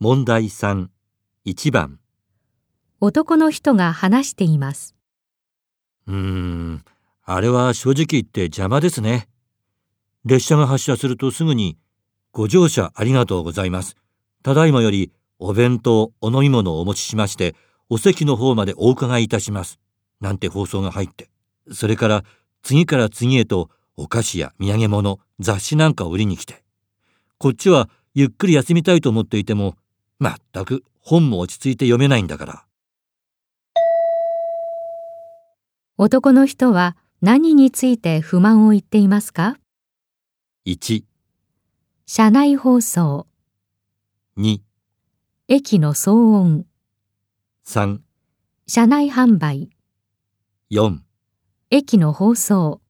問題3、1番。男の人が話しています。うーん、あれは正直言って邪魔ですね。列車が発車するとすぐに、ご乗車ありがとうございます。ただいまより、お弁当、お飲み物をお持ちしまして、お席の方までお伺いいたします。なんて放送が入って。それから、次から次へと、お菓子や土産物、雑誌なんかを売りに来て。こっちは、ゆっくり休みたいと思っていても、まったく、本も落ち着いて読めないんだから。男の人は何について不満を言っていますか1、車内放送、 2、駅の騒音、 3、車内販売、 4駅の放送、